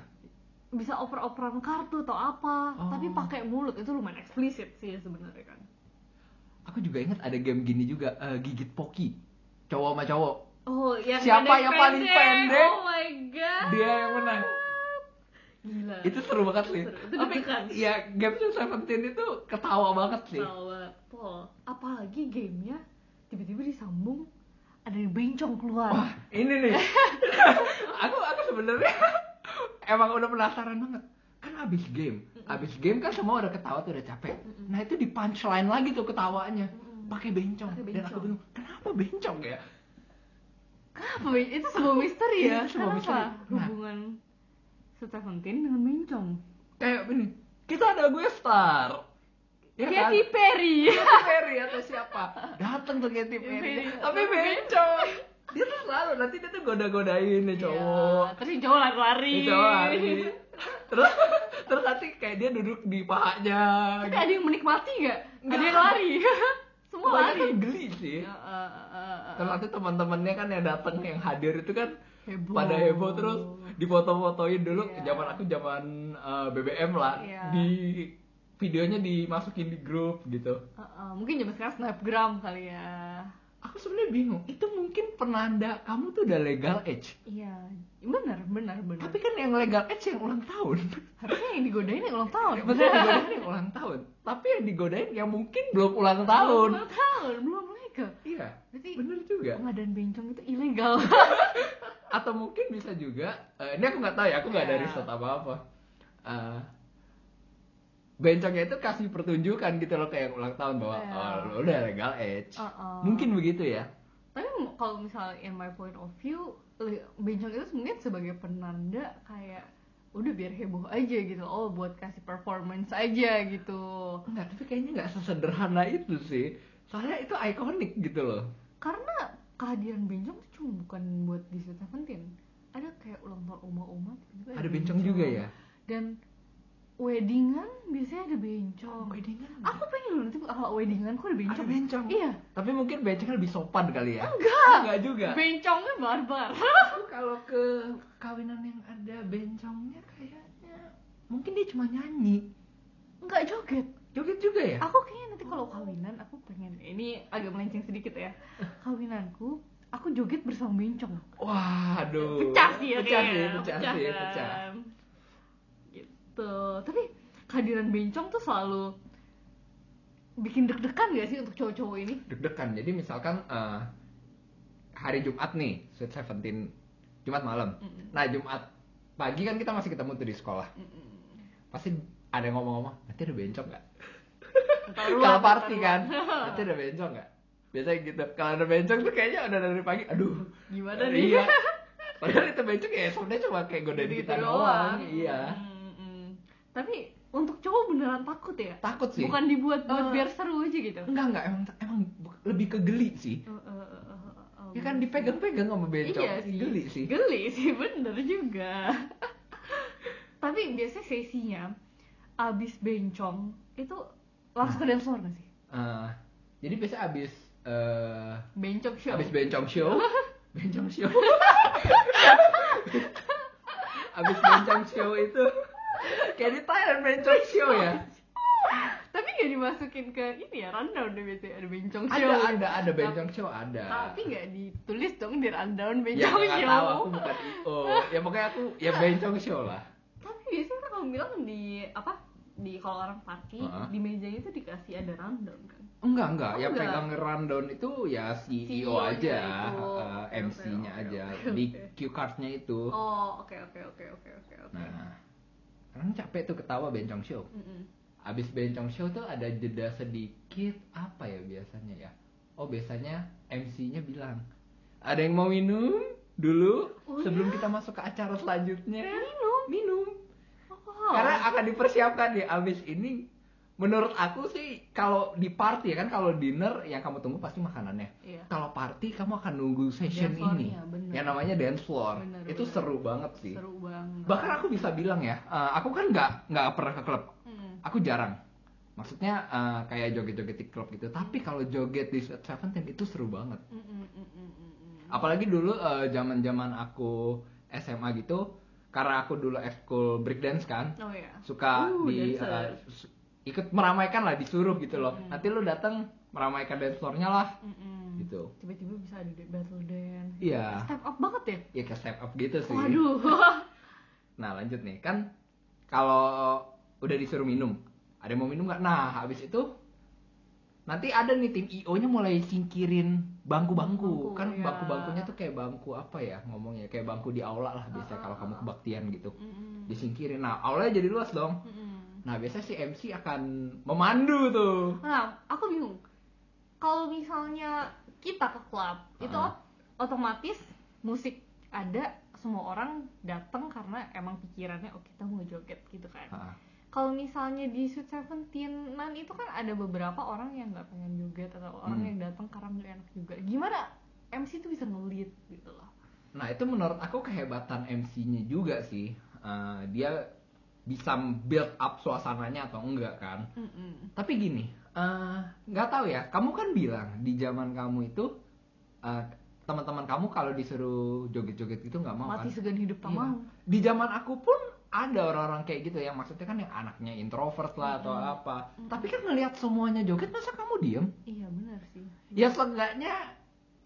Speaker 1: bisa oper-operan kartu atau apa
Speaker 2: Oh.
Speaker 1: tapi pakai mulut itu lumayan eksplisit sih sebenarnya kan
Speaker 2: Aku juga ingat ada game gini juga eh, gigit poki. Cowok sama cowok.
Speaker 1: oh yang
Speaker 2: Siapa yang paling pendek?
Speaker 1: oh my god
Speaker 2: Dia yang menang.
Speaker 1: gila
Speaker 2: Itu seru banget sih.
Speaker 1: Seru. Itu
Speaker 2: Tapi
Speaker 1: deg-degan.
Speaker 2: ya game tuh Seventeen itu ketawa banget sih.
Speaker 1: Tawa. Pol. apalagi gamenya tiba-tiba disambung ada yang bencong keluar
Speaker 2: Wah, ini nih. aku aku sebenarnya emang udah penasaran banget. Kan abis game, abis game kan semua udah ketawa tuh udah capek.
Speaker 1: Mm-mm.
Speaker 2: Nah itu di punchline lagi tuh ketawanya.
Speaker 1: Mm-mm.
Speaker 2: Pakai bencong.
Speaker 1: Pakai
Speaker 2: Dan aku
Speaker 1: bencong.
Speaker 2: bingung, kenapa bencong ya?
Speaker 1: Kenapa? Ben? Itu sebuah misteri ya.
Speaker 2: Iya, Itu sebuah
Speaker 1: Kenapa
Speaker 2: misteri. Nah.
Speaker 1: hubungan Seventeen dengan bencong?
Speaker 2: Kayak ini, kita ada gue star. Ya kan?
Speaker 1: Katy Perry.
Speaker 2: Katy Perry atau siapa? Datang tuh Katy
Speaker 1: Perry.
Speaker 2: Perry. Tapi bencong. Dia tuh selalu nanti dia tuh goda-godain nih cowok.
Speaker 1: Iya, Terus cowok lari-lari.
Speaker 2: Itu hari. Terus terus nanti kayak dia duduk di pahanya.
Speaker 1: Tapi ada yang menikmati nggak? Ada
Speaker 2: Nggak.
Speaker 1: yang lari. Semua
Speaker 2: Pokoknya
Speaker 1: lari.
Speaker 2: kan geli sih.
Speaker 1: Ya, eh, eh, eh,
Speaker 2: Terus nanti teman-temannya kan yang datang yang hadir itu kan
Speaker 1: Heboh.
Speaker 2: pada heboh terus dipoto-fotoin dulu
Speaker 1: Iya.
Speaker 2: zaman aku zaman eh, BBM lah
Speaker 1: Iya.
Speaker 2: di videonya dimasukin di grup gitu.
Speaker 1: Eh, eh, mungkin zaman sekarang snapgram kali ya.
Speaker 2: Aku sebenarnya bingung, itu mungkin penanda kamu tuh udah legal age.
Speaker 1: Iya, benar, benar, benar.
Speaker 2: Tapi kan yang legal age yang ulang tahun.
Speaker 1: harusnya yang digodain yang ulang tahun.
Speaker 2: Maksudnya yang digodain yang ulang tahun. Tapi yang digodain yang mungkin belum ulang tahun.
Speaker 1: Ulang tahun belum legal.
Speaker 2: Iya.
Speaker 1: Berarti
Speaker 2: Bener juga.
Speaker 1: pengadaan bencong itu ilegal.
Speaker 2: atau mungkin bisa juga eh, ini aku nggak tahu ya aku nggak
Speaker 1: Ya.
Speaker 2: ada riset apa apa bencongnya itu kasih pertunjukan gitu loh kayak ulang tahun bahwa
Speaker 1: Ya.
Speaker 2: oh, lo udah legal age
Speaker 1: Uh-uh.
Speaker 2: mungkin begitu ya
Speaker 1: tapi m- kalau misalnya in my point of view li- bencong itu sebenarnya sebagai penanda kayak udah biar heboh aja gitu oh buat kasih performance aja gitu
Speaker 2: nggak tapi kayaknya nggak sesederhana itu sih soalnya itu ikonik gitu loh
Speaker 1: karena kehadiran bencong itu cuma bukan buat di Sweet Seventeen ada kayak ulang tahun oma-oma tiba-tiba
Speaker 2: ada bencong juga ya
Speaker 1: dan weddingan biasanya ada
Speaker 2: Oh.
Speaker 1: bencong
Speaker 2: weddingan
Speaker 1: aku pengen loh nanti kalau weddingan kok ada bencong
Speaker 2: ada bencong
Speaker 1: iya
Speaker 2: tapi mungkin bencongnya lebih sopan kali ya enggak enggak juga
Speaker 1: bencongnya barbar
Speaker 2: Aku kalau ke kawinan yang ada bencongnya kayaknya mungkin dia cuma nyanyi
Speaker 1: nggak joget
Speaker 2: joget juga ya
Speaker 1: aku kayaknya nanti kalau kawinan aku pengen ini agak melenceng sedikit ya kawinanku aku joget bersama bencong
Speaker 2: Waduh.
Speaker 1: pecah sih ya
Speaker 2: pecah
Speaker 1: kayaknya.
Speaker 2: sih, pecah, sih,
Speaker 1: kan.
Speaker 2: pecah.
Speaker 1: gitu tapi kehadiran bencong tuh selalu bikin deg-degan gak sih untuk cowok-cowok ini
Speaker 2: Deg-degan. Jadi misalkan eh, hari Jumat nih, Sweet Seventeen, Jumat malam.
Speaker 1: Mm-mm.
Speaker 2: Nah Jumat pagi kan kita masih ketemu tuh di sekolah.
Speaker 1: Mm-mm.
Speaker 2: Pasti ada yang ngomong-ngomong, nanti ada bencong nggak?
Speaker 1: Taruhan,
Speaker 2: Kalau party kan,
Speaker 1: taruhan.
Speaker 2: nanti ada bencong nggak? Biasanya gitu. Kalau ada bencong tuh kayaknya udah dari pagi. Aduh.
Speaker 1: gimana
Speaker 2: eh,
Speaker 1: nih
Speaker 2: Iya. Padahal itu bencong ya sebenarnya cuma kayak godain
Speaker 1: Gitu
Speaker 2: kita doang. Iya.
Speaker 1: Mm-mm. tapi untuk cowok beneran takut ya
Speaker 2: Takut sih.
Speaker 1: bukan dibuat buat
Speaker 2: Eh.
Speaker 1: biar seru aja gitu
Speaker 2: Enggak enggak emang emang bu- lebih ke geli sih.
Speaker 1: Eh, eh, eh, eh, eh, eh,
Speaker 2: Ya kan dipegang-pegang sama bencong.
Speaker 1: Iya sih.
Speaker 2: Geli sih.
Speaker 1: Geli sih, bener juga. Tapi biasanya sesinya abis bencong itu
Speaker 2: Nah.
Speaker 1: langsung ke dance floor gak sih?
Speaker 2: Eh, jadi biasa abis eh
Speaker 1: Bencong show.
Speaker 2: abis bencong show, bencong show, abis bencong show itu kayak di Thailand bencong show ya.
Speaker 1: Tapi gak dimasukin ke ini ya rundown deh biasanya ada bencong show.
Speaker 2: Ada ada ada bencong show ada.
Speaker 1: Tapi gak ditulis dong di rundown
Speaker 2: ya
Speaker 1: bencong
Speaker 2: nggak
Speaker 1: show.
Speaker 2: tahu aku bukan IO. Ya pokoknya aku ya bencong show lah.
Speaker 1: Tapi biasanya orang kalau bilang di apa? Di kalau orang party
Speaker 2: Heeh.
Speaker 1: di mejanya itu dikasih ada rundown kan.
Speaker 2: Enggak enggak, ya
Speaker 1: Enggak. E
Speaker 2: pegang rundown itu ya CEO,
Speaker 1: CEO-nya
Speaker 2: aja,
Speaker 1: itu.
Speaker 2: eh, MC-nya
Speaker 1: Oke, oke,
Speaker 2: aja
Speaker 1: oke,
Speaker 2: di
Speaker 1: oke.
Speaker 2: cue card-nya itu.
Speaker 1: Oh, oke oke oke oke oke oke.
Speaker 2: Nah, karena capek tuh ketawa bencong show.
Speaker 1: Mm-mm.
Speaker 2: Abis bencong show tuh ada jeda sedikit apa ya biasanya ya? Oh biasanya MC-nya bilang ada yang mau minum dulu
Speaker 1: Oh,
Speaker 2: sebelum kita masuk ke acara selanjutnya
Speaker 1: Minum.
Speaker 2: minum
Speaker 1: Oh.
Speaker 2: karena akan dipersiapkan ya abis ini menurut aku sih kalau di party ya kan kalau dinner yang kamu tunggu pasti makanannya
Speaker 1: Iya.
Speaker 2: kalau party kamu akan nunggu session
Speaker 1: Dance floor-nya,
Speaker 2: ini
Speaker 1: bener.
Speaker 2: yang namanya dance floor
Speaker 1: Bener,
Speaker 2: itu
Speaker 1: bener.
Speaker 2: seru banget sih
Speaker 1: Seru banget.
Speaker 2: bahkan aku bisa bilang ya eh, aku kan nggak nggak pernah ke klub
Speaker 1: Hmm.
Speaker 2: aku jarang maksudnya eh, kayak joget-joget di klub gitu tapi kalau joget di Sweet Seventeen itu seru banget
Speaker 1: Mm, mm, mm, mm, mm, mm.
Speaker 2: apalagi dulu eh, zaman-zaman aku SMA gitu karena aku dulu ekskul breakdance kan
Speaker 1: Oh ya.
Speaker 2: suka
Speaker 1: Uh,
Speaker 2: di
Speaker 1: dancer.
Speaker 2: eh, su- ikut meramaikan lah disuruh gitu loh
Speaker 1: Mm.
Speaker 2: nanti lu datang meramaikan dance floor-nya lah
Speaker 1: Mm, mm.
Speaker 2: gitu
Speaker 1: Tiba-tiba bisa ada di battle dance.
Speaker 2: iya
Speaker 1: Step up banget ya.
Speaker 2: ya ke step up gitu sih
Speaker 1: Waduh.
Speaker 2: Nah lanjut nih kan kalau udah disuruh minum, ada yang mau minum nggak? Nah habis itu, Nanti ada nih tim IO-nya mulai singkirin
Speaker 1: Bangku,
Speaker 2: bangku-bangku. kan
Speaker 1: iya.
Speaker 2: bangku-bangkunya tuh kayak bangku apa ya ngomongnya? Kayak bangku di aula lah biasanya
Speaker 1: Ah,
Speaker 2: kalau
Speaker 1: ah,
Speaker 2: kamu
Speaker 1: ah.
Speaker 2: kebaktian gitu.
Speaker 1: Mm-mm.
Speaker 2: Disingkirin. Nah, aulanya jadi luas dong.
Speaker 1: Mm-mm.
Speaker 2: Nah, biasanya si MC akan memandu tuh.
Speaker 1: Nah, aku bingung. Kalau misalnya kita ke klub, itu
Speaker 2: Ah.
Speaker 1: ot- otomatis musik ada, semua orang datang karena emang pikirannya oh kita mau joget gitu kan.
Speaker 2: Ah,
Speaker 1: Kalau misalnya di Sweet Seventeen nan itu kan ada beberapa orang yang nggak pengen joget atau orang
Speaker 2: Hmm.
Speaker 1: yang datang karena nggak enak juga. Gimana MC itu bisa ngelit gitu loh?
Speaker 2: Nah, itu menurut aku kehebatan MC-nya juga sih. Eh, dia bisa build up suasananya atau enggak kan?
Speaker 1: Mm-mm.
Speaker 2: Tapi gini, eh, nggak tahu ya. Kamu kan bilang di zaman kamu itu eh, teman-teman kamu kalau disuruh joget-joget gitu nggak mau
Speaker 1: Mati
Speaker 2: kan?
Speaker 1: segan hidup tak
Speaker 2: Iya.
Speaker 1: mau.
Speaker 2: Di zaman aku pun ada orang-orang kayak gitu yang maksudnya kan yang anaknya introvert lah atau
Speaker 1: Mm-mm.
Speaker 2: apa.
Speaker 1: Mm-mm.
Speaker 2: Tapi kan ngelihat semuanya joget masa kamu diem?
Speaker 1: Iya benar sih.
Speaker 2: Ya seenggaknya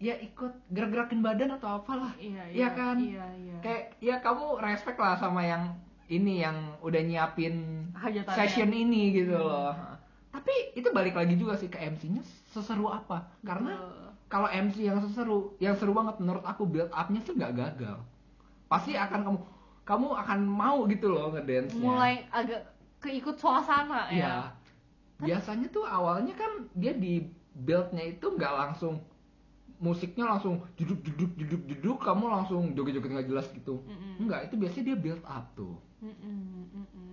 Speaker 2: ya ikut gerak-gerakin badan atau apalah.
Speaker 1: Iya
Speaker 2: Iya kan?
Speaker 1: Iya iya.
Speaker 2: Kayak ya kamu respect lah sama yang ini yang udah nyiapin
Speaker 1: Hajatannya.
Speaker 2: session ini gitu
Speaker 1: Hmm.
Speaker 2: loh. Tapi itu balik lagi juga sih ke MC-nya seseru apa. Karena
Speaker 1: Betul.
Speaker 2: kalau MC yang seseru, yang seru banget menurut aku build up-nya tuh nggak gagal. Pasti akan kamu kamu akan mau gitu loh ngedance-nya.
Speaker 1: mulai agak keikut suasana ya.
Speaker 2: Iya. Biasanya tuh awalnya kan dia di build-nya itu nggak langsung musiknya langsung duduk duduk duduk duduk kamu langsung joget-joget nggak jelas gitu.
Speaker 1: Mm-mm.
Speaker 2: Enggak, itu biasanya dia build up tuh.
Speaker 1: Mm-mm, mm-mm.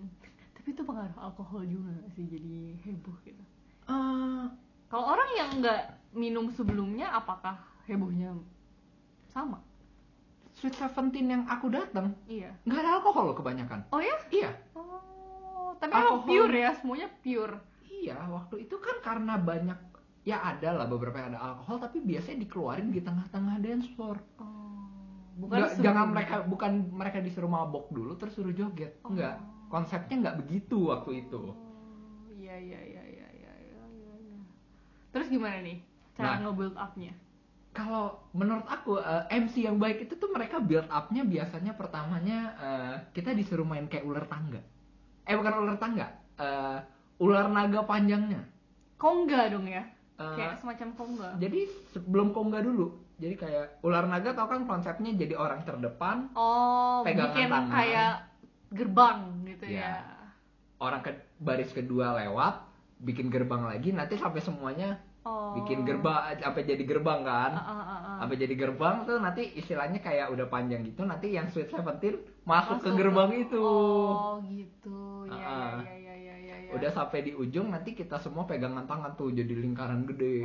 Speaker 1: Tapi itu pengaruh alkohol juga nggak sih jadi heboh gitu.
Speaker 2: Eh,
Speaker 1: Kalau orang yang nggak minum sebelumnya apakah hebohnya sama?
Speaker 2: Sweet Seventeen yang aku datang
Speaker 1: Iya.
Speaker 2: nggak ada alkohol loh kebanyakan.
Speaker 1: Oh ya?
Speaker 2: Iya,
Speaker 1: Oh, tapi emang
Speaker 2: Alkohol.
Speaker 1: pure ya, semuanya pure.
Speaker 2: iya waktu itu kan karena banyak ya ada lah beberapa yang ada alkohol tapi biasanya dikeluarin di tengah-tengah dance floor.
Speaker 1: Oh,
Speaker 2: Nggak- jangan mereka bukan mereka disuruh mabok dulu terus suruh joget.
Speaker 1: Oh.
Speaker 2: Enggak, konsepnya nggak begitu waktu itu.
Speaker 1: Oh, Iya iya iya iya iya iya. iya, iya. Terus gimana nih cara
Speaker 2: Nah.
Speaker 1: nge-build up-nya?
Speaker 2: Kalau menurut aku eh, MC yang baik itu tuh mereka build up-nya biasanya pertamanya eh, kita disuruh main kayak ular tangga. Eh bukan ular tangga, eh, ular naga panjangnya.
Speaker 1: Kongga dong ya?
Speaker 2: Eh,
Speaker 1: Kayak semacam kongga.
Speaker 2: Jadi sebelum kongga dulu, jadi kayak ular naga tau kan konsepnya jadi orang terdepan,
Speaker 1: Oh,
Speaker 2: Pegangan
Speaker 1: bikin
Speaker 2: tangan.
Speaker 1: kayak gerbang gitu
Speaker 2: Iya.
Speaker 1: ya.
Speaker 2: orang ke baris kedua lewat, bikin gerbang lagi, nanti sampai semuanya
Speaker 1: Oh.
Speaker 2: bikin gerbang, sampai jadi gerbang kan,
Speaker 1: Ah, ah, ah, ah.
Speaker 2: sampai jadi gerbang tuh nanti istilahnya kayak udah panjang gitu, nanti yang sweet seventeen masuk, ke gerbang itu,
Speaker 1: Oh, gitu. Ya,
Speaker 2: Ah, ah.
Speaker 1: ya, ya, ya, ya, ya.
Speaker 2: udah sampai di ujung nanti kita semua pegangan tangan tuh jadi lingkaran gede,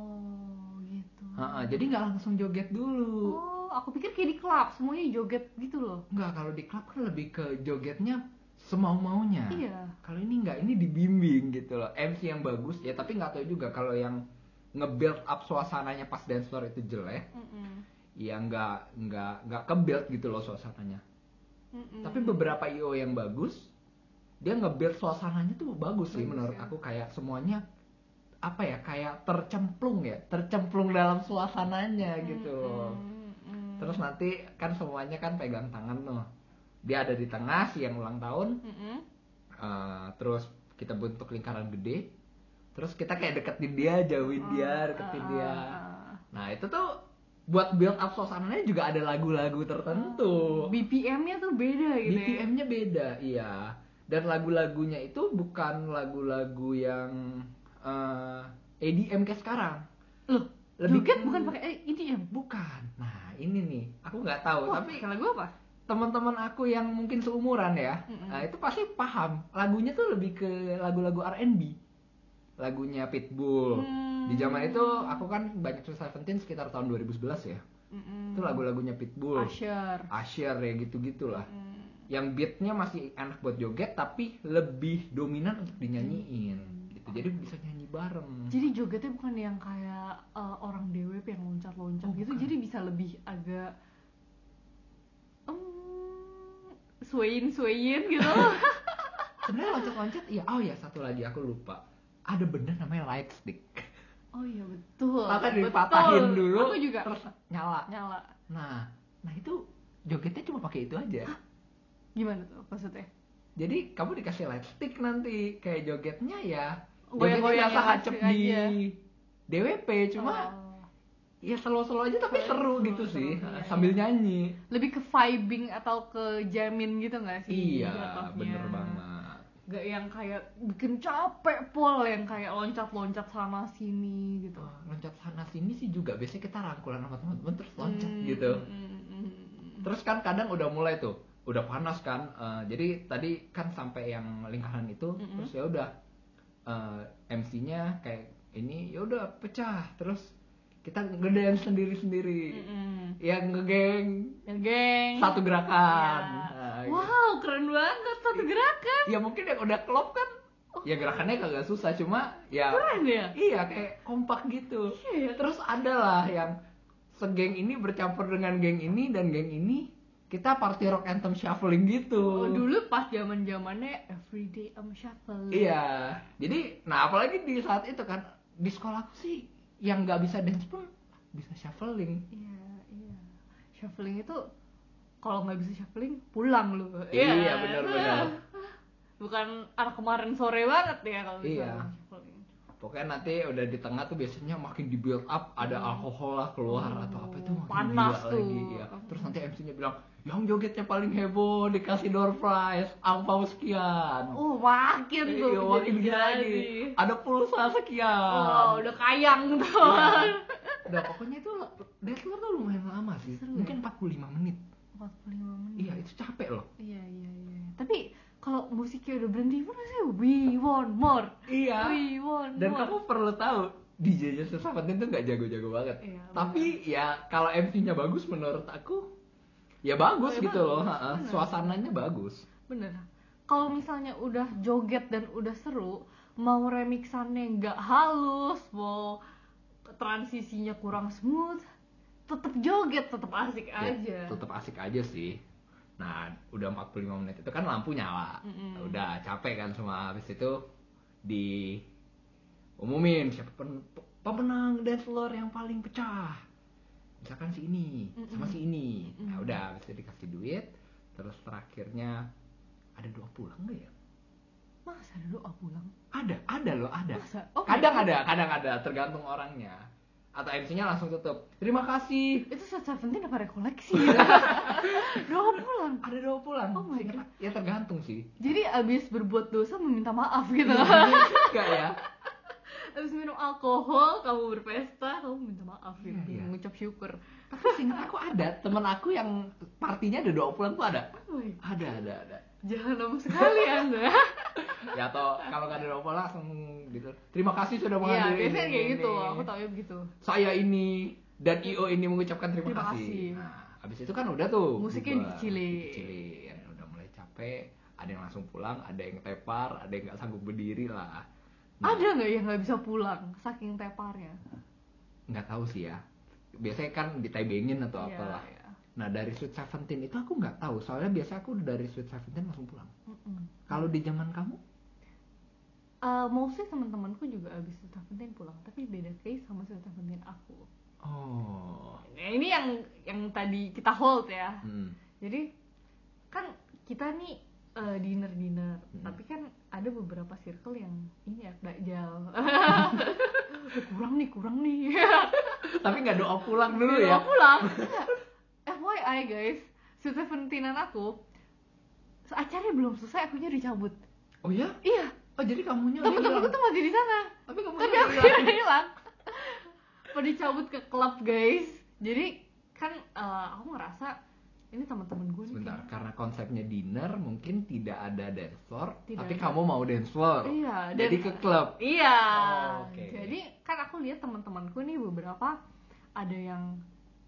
Speaker 1: Oh, gitu.
Speaker 2: Ha-ha, Ah, jadi nggak langsung joget dulu.
Speaker 1: Oh, aku pikir kayak di klub semuanya joget gitu loh.
Speaker 2: Nggak, kalau di klub kan lebih ke jogetnya semau-maunya.
Speaker 1: Iya.
Speaker 2: kalau ini nggak ini dibimbing gitu loh MC yang bagus ya tapi nggak tahu juga kalau yang nge-build up suasananya pas dance floor itu jelek
Speaker 1: Mm-mm.
Speaker 2: ya nggak nggak nggak ke-build gitu loh suasananya
Speaker 1: Mm-mm.
Speaker 2: tapi beberapa IO yang bagus dia nge-build suasananya tuh bagus sih
Speaker 1: Bagus,
Speaker 2: menurut
Speaker 1: ya.
Speaker 2: aku kayak semuanya apa ya kayak tercemplung ya tercemplung dalam suasananya
Speaker 1: Hmm,
Speaker 2: gitu loh
Speaker 1: Mm-mm, mm-mm.
Speaker 2: terus nanti kan semuanya kan pegang tangan tuh dia ada di tengah si yang ulang tahun
Speaker 1: Mm-mm.
Speaker 2: Uh, terus kita bentuk lingkaran gede terus kita kayak deketin dia jauhin dia deketin
Speaker 1: Ah,
Speaker 2: dia
Speaker 1: ah, ah.
Speaker 2: nah itu tuh buat build up suasananya juga ada lagu-lagu tertentu
Speaker 1: BPM-nya tuh beda Oh, gitu ya.
Speaker 2: BPM-nya beda iya dan lagu-lagunya itu bukan lagu-lagu yang uh, EDM kayak sekarang
Speaker 1: Loh,
Speaker 2: lebih
Speaker 1: joget
Speaker 2: ke-
Speaker 1: bukan pakai eh, EDM.
Speaker 2: bukan nah ini nih aku nggak tahu
Speaker 1: Wah,
Speaker 2: tapi
Speaker 1: pakai lagu apa?
Speaker 2: teman-teman aku yang mungkin seumuran ya,
Speaker 1: Mm-mm.
Speaker 2: nah, itu pasti paham. Lagunya tuh lebih ke lagu-lagu R&B, lagunya Pitbull.
Speaker 1: Hmm.
Speaker 2: Di zaman itu aku kan banyak Sweet Seventeen sekitar tahun 2011 ya.
Speaker 1: Mm-mm.
Speaker 2: Itu lagu-lagunya Pitbull, Asher,
Speaker 1: Usher.
Speaker 2: ya gitu-gitulah.
Speaker 1: Mm.
Speaker 2: Yang beatnya masih enak buat joget tapi lebih dominan untuk dinyanyiin. Gitu. Jadi bisa nyanyi bareng.
Speaker 1: Jadi jogetnya bukan yang kayak uh, orang dewe yang loncat-loncat
Speaker 2: Oh,
Speaker 1: gitu,
Speaker 2: bukan.
Speaker 1: jadi bisa lebih agak um, swayin swayin gitu.
Speaker 2: Sebenarnya loncat-loncat, iya. Oh ya satu lagi aku lupa. Ada benda namanya light stick.
Speaker 1: oh iya betul.
Speaker 2: Tau kan
Speaker 1: betul.
Speaker 2: dipatahin dulu,
Speaker 1: Aku juga
Speaker 2: terus nyala.
Speaker 1: nyala.
Speaker 2: Nah, nah itu jogetnya cuma pakai itu aja.
Speaker 1: Gimana tuh maksudnya?
Speaker 2: Jadi kamu dikasih light stick nanti kayak jogetnya ya
Speaker 1: Goyang-goyang
Speaker 2: rasa hacep
Speaker 1: asik
Speaker 2: di
Speaker 1: aja.
Speaker 2: DWP cuma
Speaker 1: Oh.
Speaker 2: ya slow-slow aja tapi
Speaker 1: Slow-
Speaker 2: seru
Speaker 1: slow-
Speaker 2: gitu
Speaker 1: slow,
Speaker 2: sih
Speaker 1: iya,
Speaker 2: sambil nyanyi
Speaker 1: lebih ke vibing atau ke jamin gitu nggak sih?
Speaker 2: iya
Speaker 1: jatuhnya?
Speaker 2: bener banget
Speaker 1: Gak yang kayak bikin capek pol yang kayak loncat-loncat sama sini gitu.
Speaker 2: Wah, loncat sana sini sih juga biasanya kita rangkulan sama teman-teman terus loncat gitu
Speaker 1: Mm, mm, mm, mm, mm.
Speaker 2: terus kan kadang udah mulai tuh udah panas kan eh, jadi tadi kan sampai yang lingkaran itu
Speaker 1: Mm-mm.
Speaker 2: terus ya udah eh, MC-nya kayak ini ya udah pecah terus kita
Speaker 1: Mm,
Speaker 2: ngedance sendiri-sendiri
Speaker 1: mm.
Speaker 2: yang ngegeng
Speaker 1: Ya, geng.
Speaker 2: satu gerakan Nah,
Speaker 1: Iya. Wow, keren banget satu gerakan.
Speaker 2: ya mungkin yang udah klop kan ya gerakannya kagak susah cuma ya
Speaker 1: Keren ya?
Speaker 2: iya kayak kompak gitu
Speaker 1: Iya ya.
Speaker 2: terus adalah yang segeng ini bercampur dengan geng ini dan geng ini kita party rock anthem shuffling gitu
Speaker 1: Oh, dulu pas zaman zamannya everyday I'm shuffle.
Speaker 2: iya jadi nah apalagi di saat itu kan di sekolah aku sih yang nggak bisa dance pun bisa shuffling
Speaker 1: Iya, iya. Shuffling itu kalau nggak bisa shuffling pulang lu.
Speaker 2: Iya, benar-benar.
Speaker 1: Bukan anak kemarin sore banget ya kalau misalnya
Speaker 2: Iya.
Speaker 1: shuffling.
Speaker 2: pokoknya nanti udah di tengah tuh biasanya makin di build up ada alkohol lah keluar atau apa itu makin
Speaker 1: Hmm. Panas
Speaker 2: gila
Speaker 1: tuh.
Speaker 2: lagi ya terus nanti MC-nya bilang yang jogetnya paling heboh dikasih door prize angpau sekian
Speaker 1: Oh, makin tuh.
Speaker 2: Iya, makin gila
Speaker 1: jadi-jadi.
Speaker 2: lagi. Ada pulsa sekian.
Speaker 1: Oh, udah kayang tuh.
Speaker 2: Iya. Udah pokoknya itu Deadler tuh lumayan lama sih.
Speaker 1: Seru ya?
Speaker 2: Mungkin 45 menit.
Speaker 1: 45 menit.
Speaker 2: Iya, itu capek loh.
Speaker 1: Iya, iya, iya. Tapi kalau musiknya udah berhenti pun rasanya we want more.
Speaker 2: Iya.
Speaker 1: We want
Speaker 2: Dan
Speaker 1: more.
Speaker 2: kamu perlu tahu DJ-nya Sesapatin tuh nggak jago-jago banget.
Speaker 1: Iya,
Speaker 2: Tapi ya kalau MC-nya bagus menurut aku ya bagus
Speaker 1: Ya,
Speaker 2: gitu
Speaker 1: bagus,
Speaker 2: loh. Ha-ha,
Speaker 1: bener.
Speaker 2: Suasananya bagus.
Speaker 1: Bener. Kalau misalnya udah joget dan udah seru, mau remixannya nggak halus, mau transisinya kurang smooth, tetep joget, tetep asik
Speaker 2: Ya,
Speaker 1: aja.
Speaker 2: tetap asik aja sih. Nah, udah 45 menit itu kan lampu nyala.
Speaker 1: Mm-mm.
Speaker 2: Udah capek kan semua habis itu di umumin siapa pen- pemenang dance floor yang paling pecah. Misalkan si ini
Speaker 1: Mm-mm.
Speaker 2: sama si ini. Nah,
Speaker 1: Mm-mm.
Speaker 2: udah habis itu dikasih duit terus terakhirnya ada dua pulang nggak ya?
Speaker 1: Masa dulu aku pulang?
Speaker 2: Ada, ada loh, ada.
Speaker 1: Masa? Oh,
Speaker 2: Iya. Kadang ada, kadang ada tergantung orangnya. Atau MC-nya langsung tutup. Terima kasih.
Speaker 1: Itu saat Seventeen apa rekoleksi ya? Dua pulang.
Speaker 2: Ada dua pulang.
Speaker 1: Oh my God.
Speaker 2: Ya tergantung sih.
Speaker 1: Jadi abis berbuat dosa meminta maaf gitu.
Speaker 2: Enggak Iya, ya.
Speaker 1: abis minum alkohol, kamu berpesta, kamu minta maaf gitu.
Speaker 2: Iya, iya.
Speaker 1: Mengucap syukur.
Speaker 2: Tapi seingat aku ada temen aku yang partinya ada dua pulang tuh ada.
Speaker 1: Oh my
Speaker 2: Ada, ada, ada.
Speaker 1: Jahanam sekali Anda.
Speaker 2: Ya atau kalau nggak ada dua pulang langsung gitu. Terima kasih
Speaker 1: Iya,
Speaker 2: sudah menghadiri.
Speaker 1: biasanya
Speaker 2: ini,
Speaker 1: kayak
Speaker 2: ini,
Speaker 1: gitu.
Speaker 2: ini.
Speaker 1: Aku taunya begitu.
Speaker 2: Saya ini dan IO ini mengucapkan terima,
Speaker 1: Terima
Speaker 2: kasih.
Speaker 1: kasih.
Speaker 2: Nah, habis itu kan udah tuh.
Speaker 1: Musiknya
Speaker 2: bubar,
Speaker 1: dikecilin.
Speaker 2: dikecilin. Udah mulai capek. Ada yang langsung pulang, ada yang tepar, ada yang nggak sanggup berdiri lah. Nah,
Speaker 1: Ada nggak yang nggak bisa pulang saking teparnya?
Speaker 2: Nggak tahu sih ya. Biasanya kan ditebengin atau
Speaker 1: Iya,
Speaker 2: apalah.
Speaker 1: iya.
Speaker 2: Nah dari Sweet Seventeen itu aku nggak tahu. Soalnya biasa aku dari Sweet Seventeen langsung pulang.
Speaker 1: Mm-mm.
Speaker 2: Kalau di zaman kamu?
Speaker 1: Eh, mostly teman-temanku juga abis Sultan Pentin pulang, tapi beda case sama Sultan Pentin aku.
Speaker 2: Oh.
Speaker 1: Nah, ini yang yang tadi kita hold ya.
Speaker 2: Hmm.
Speaker 1: Jadi kan kita nih eh, dinner-dinner,
Speaker 2: Hmm.
Speaker 1: tapi kan ada beberapa circle yang ini ya, bakjal. kurang nih, kurang nih.
Speaker 2: Iya. Tapi nggak doa pulang dulu
Speaker 1: Dia
Speaker 2: ya?
Speaker 1: nggak pulang. FYI guys, seventinan aku acaranya belum selesai, akunya dicabut.
Speaker 2: Oh ya?
Speaker 1: Iya,
Speaker 2: Oh jadi kamunya udah
Speaker 1: temen-temenku
Speaker 2: hilang.
Speaker 1: tuh masih di sana,
Speaker 2: Tapi kamu
Speaker 1: tapi aku
Speaker 2: hilang.
Speaker 1: udah hilang. Pada dicabut ke klub guys. Jadi kan eh, aku ngerasa ini teman-teman gue nih.
Speaker 2: Sebentar, karena konsepnya dinner mungkin tidak ada dance floor,
Speaker 1: Tidak
Speaker 2: tapi
Speaker 1: ada.
Speaker 2: kamu mau dance floor.
Speaker 1: kayaknya- Iya, dan
Speaker 2: kan? Jadi ke klub.
Speaker 1: Iya.
Speaker 2: Oh, oke.
Speaker 1: Jadi kan aku lihat teman-temanku nih beberapa ada yang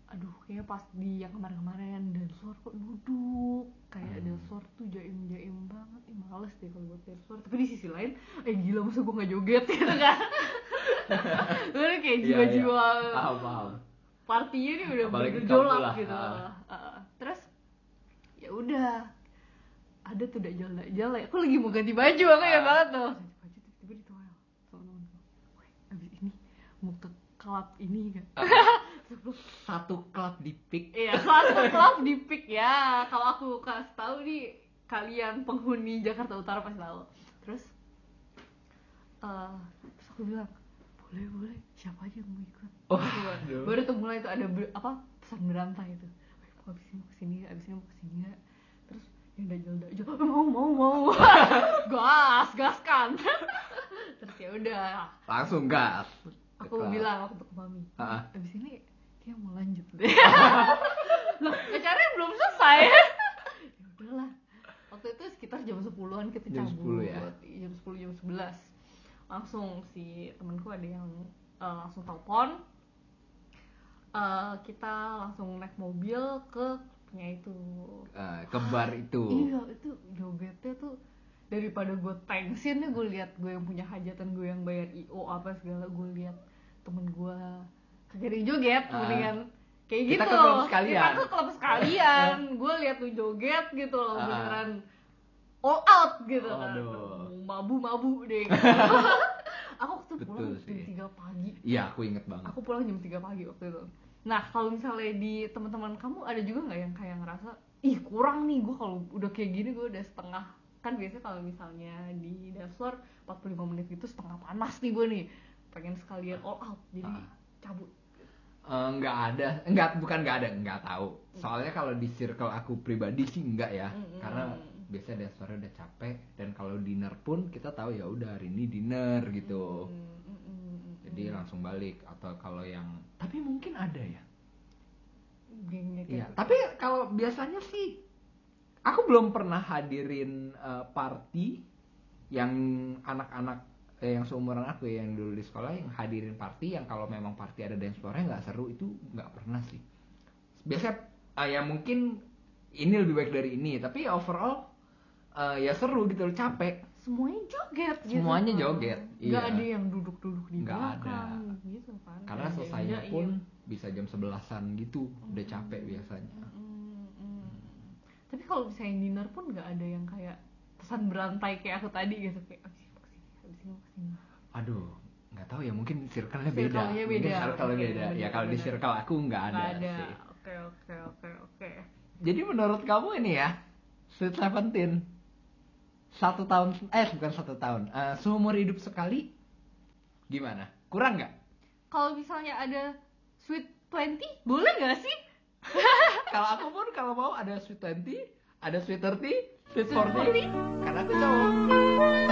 Speaker 1: aduh kayaknya pas di yang kemarin-kemarin dansor kok duduk kayak
Speaker 2: Hmm.
Speaker 1: dansor tuh jaim-jaim banget Ih, males deh kalau buat dansor tapi di sisi lain eh gila masa gue nggak joget gitu kan Gue kayak
Speaker 2: Iya,
Speaker 1: jiwa-jiwa
Speaker 2: Paham, paham.
Speaker 1: partinya nih udah
Speaker 2: Apalagi
Speaker 1: bergejolak
Speaker 2: kamu lah,
Speaker 1: gitu
Speaker 2: ah.
Speaker 1: Heeh. terus ya udah ada tuh dajal dajal ya aku lagi mau ganti baju aku ya
Speaker 2: Ah.
Speaker 1: banget tuh ganti baju tiba-tiba ditoel temen-temen Weh, abis ini mau ke klub ini kan Terus aku,
Speaker 2: Satu klub di pick.
Speaker 1: iya klub klub di pick ya kalau aku kasih tahu nih kalian penghuni Jakarta Utara pasti tahu terus eh, terus aku bilang boleh boleh siapa aja yang mau ikut
Speaker 2: Wah,
Speaker 1: Gitu kan.
Speaker 2: aduh.
Speaker 1: baru tuh mulai tuh ada ber- apa pesan berantai itu "Eh, mau abis ini mau kesini abis ini mau kesini ya terus yang dajal dajal "Eh, mau mau mau gas gas kan terus ya udah
Speaker 2: langsung gas
Speaker 1: aku
Speaker 2: Kelas.
Speaker 1: bilang waktu ke mami
Speaker 2: Ah, ah.
Speaker 1: abis ini dia mau lanjut deh loh acaranya belum selesai ya udahlah waktu itu sekitar jam 10-an kita
Speaker 2: Jam
Speaker 1: cabut
Speaker 2: 10 ya?
Speaker 1: jam 10 jam 11 langsung si temenku ada yang eh, langsung telepon Eh, kita langsung naik mobil ke punya itu
Speaker 2: Eh, ke bar itu
Speaker 1: iya itu jogetnya tuh daripada gue tensin ya gue lihat gue yang punya hajatan gue yang bayar io apa segala gue lihat temen gue kagak ada yang joget
Speaker 2: Ah.
Speaker 1: mendingan kayak
Speaker 2: Kita
Speaker 1: gitu
Speaker 2: ke klub sekalian.
Speaker 1: kita ke klub sekalian gue lihat tuh joget gitu loh
Speaker 2: Ah.
Speaker 1: beneran all out gitu kan
Speaker 2: Aduh.
Speaker 1: mabu mabu deh gitu. aku tuh pulang
Speaker 2: Betul
Speaker 1: jam
Speaker 2: sih.
Speaker 1: 3 pagi
Speaker 2: iya aku inget banget
Speaker 1: aku pulang jam 3 pagi waktu itu nah kalau misalnya di teman-teman kamu ada juga nggak yang kayak ngerasa ih kurang nih gue kalau udah kayak gini gue udah setengah kan biasanya kalau misalnya di dashboard 45 menit gitu setengah panas nih gue nih pengen sekalian all out jadi
Speaker 2: Ah.
Speaker 1: cabut
Speaker 2: Eh, nggak ada nggak bukan nggak ada nggak tahu soalnya kalau di circle aku pribadi sih nggak ya
Speaker 1: Mm-mm.
Speaker 2: karena biasanya dancer udah capek dan kalau dinner pun kita tahu ya udah hari ini dinner gitu
Speaker 1: Mm, mm, mm, mm, mm.
Speaker 2: jadi langsung balik atau kalau yang tapi mungkin ada ya
Speaker 1: gengnya
Speaker 2: Iya,
Speaker 1: kayak gitu.
Speaker 2: tapi kalau biasanya sih aku belum pernah hadirin eh, party yang anak-anak eh, yang seumuran aku ya, yang dulu di sekolah yang hadirin party yang kalau memang party ada dance floor-nya nggak seru itu nggak pernah sih. Biasanya eh, ya mungkin ini lebih baik dari ini, tapi ya overall eh, ya seru gitu loh, capek.
Speaker 1: semuanya joget gitu
Speaker 2: Semuanya
Speaker 1: kan.
Speaker 2: joget,
Speaker 1: nggak
Speaker 2: iya.
Speaker 1: ada yang duduk-duduk di
Speaker 2: Nggak ada.
Speaker 1: belakang gitu kan Ada
Speaker 2: Karena
Speaker 1: yang
Speaker 2: selesainya
Speaker 1: nyanyi.
Speaker 2: pun bisa jam sebelasan gitu, udah capek biasanya.
Speaker 1: Mm, mm. Tapi kalau misalnya dinner pun nggak ada yang kayak pesan berantai kayak aku tadi gitu kayak abis ini mau kesini, abis ini mau kesini.
Speaker 2: Aduh, nggak tahu ya mungkin circle-nya beda.
Speaker 1: Circle-nya
Speaker 2: Mungkin
Speaker 1: beda.
Speaker 2: circle-nya
Speaker 1: Oke,
Speaker 2: beda. Ya
Speaker 1: benar,
Speaker 2: kalau di
Speaker 1: benar.
Speaker 2: circle aku nggak ada,
Speaker 1: Nggak ada.
Speaker 2: sih.
Speaker 1: Oke oke oke oke.
Speaker 2: Jadi menurut kamu ini ya, Sweet Seventeen satu tahun eh bukan satu tahun, eh, seumur hidup sekali gimana? Kurang nggak?
Speaker 1: Kalau misalnya ada sweet 20 boleh nggak sih?
Speaker 2: kalau aku pun kalau mau ada Sweet Twenty, ada Sweet Thirty, Sweet
Speaker 1: Sweet 40.
Speaker 2: Forty, karena aku cowok.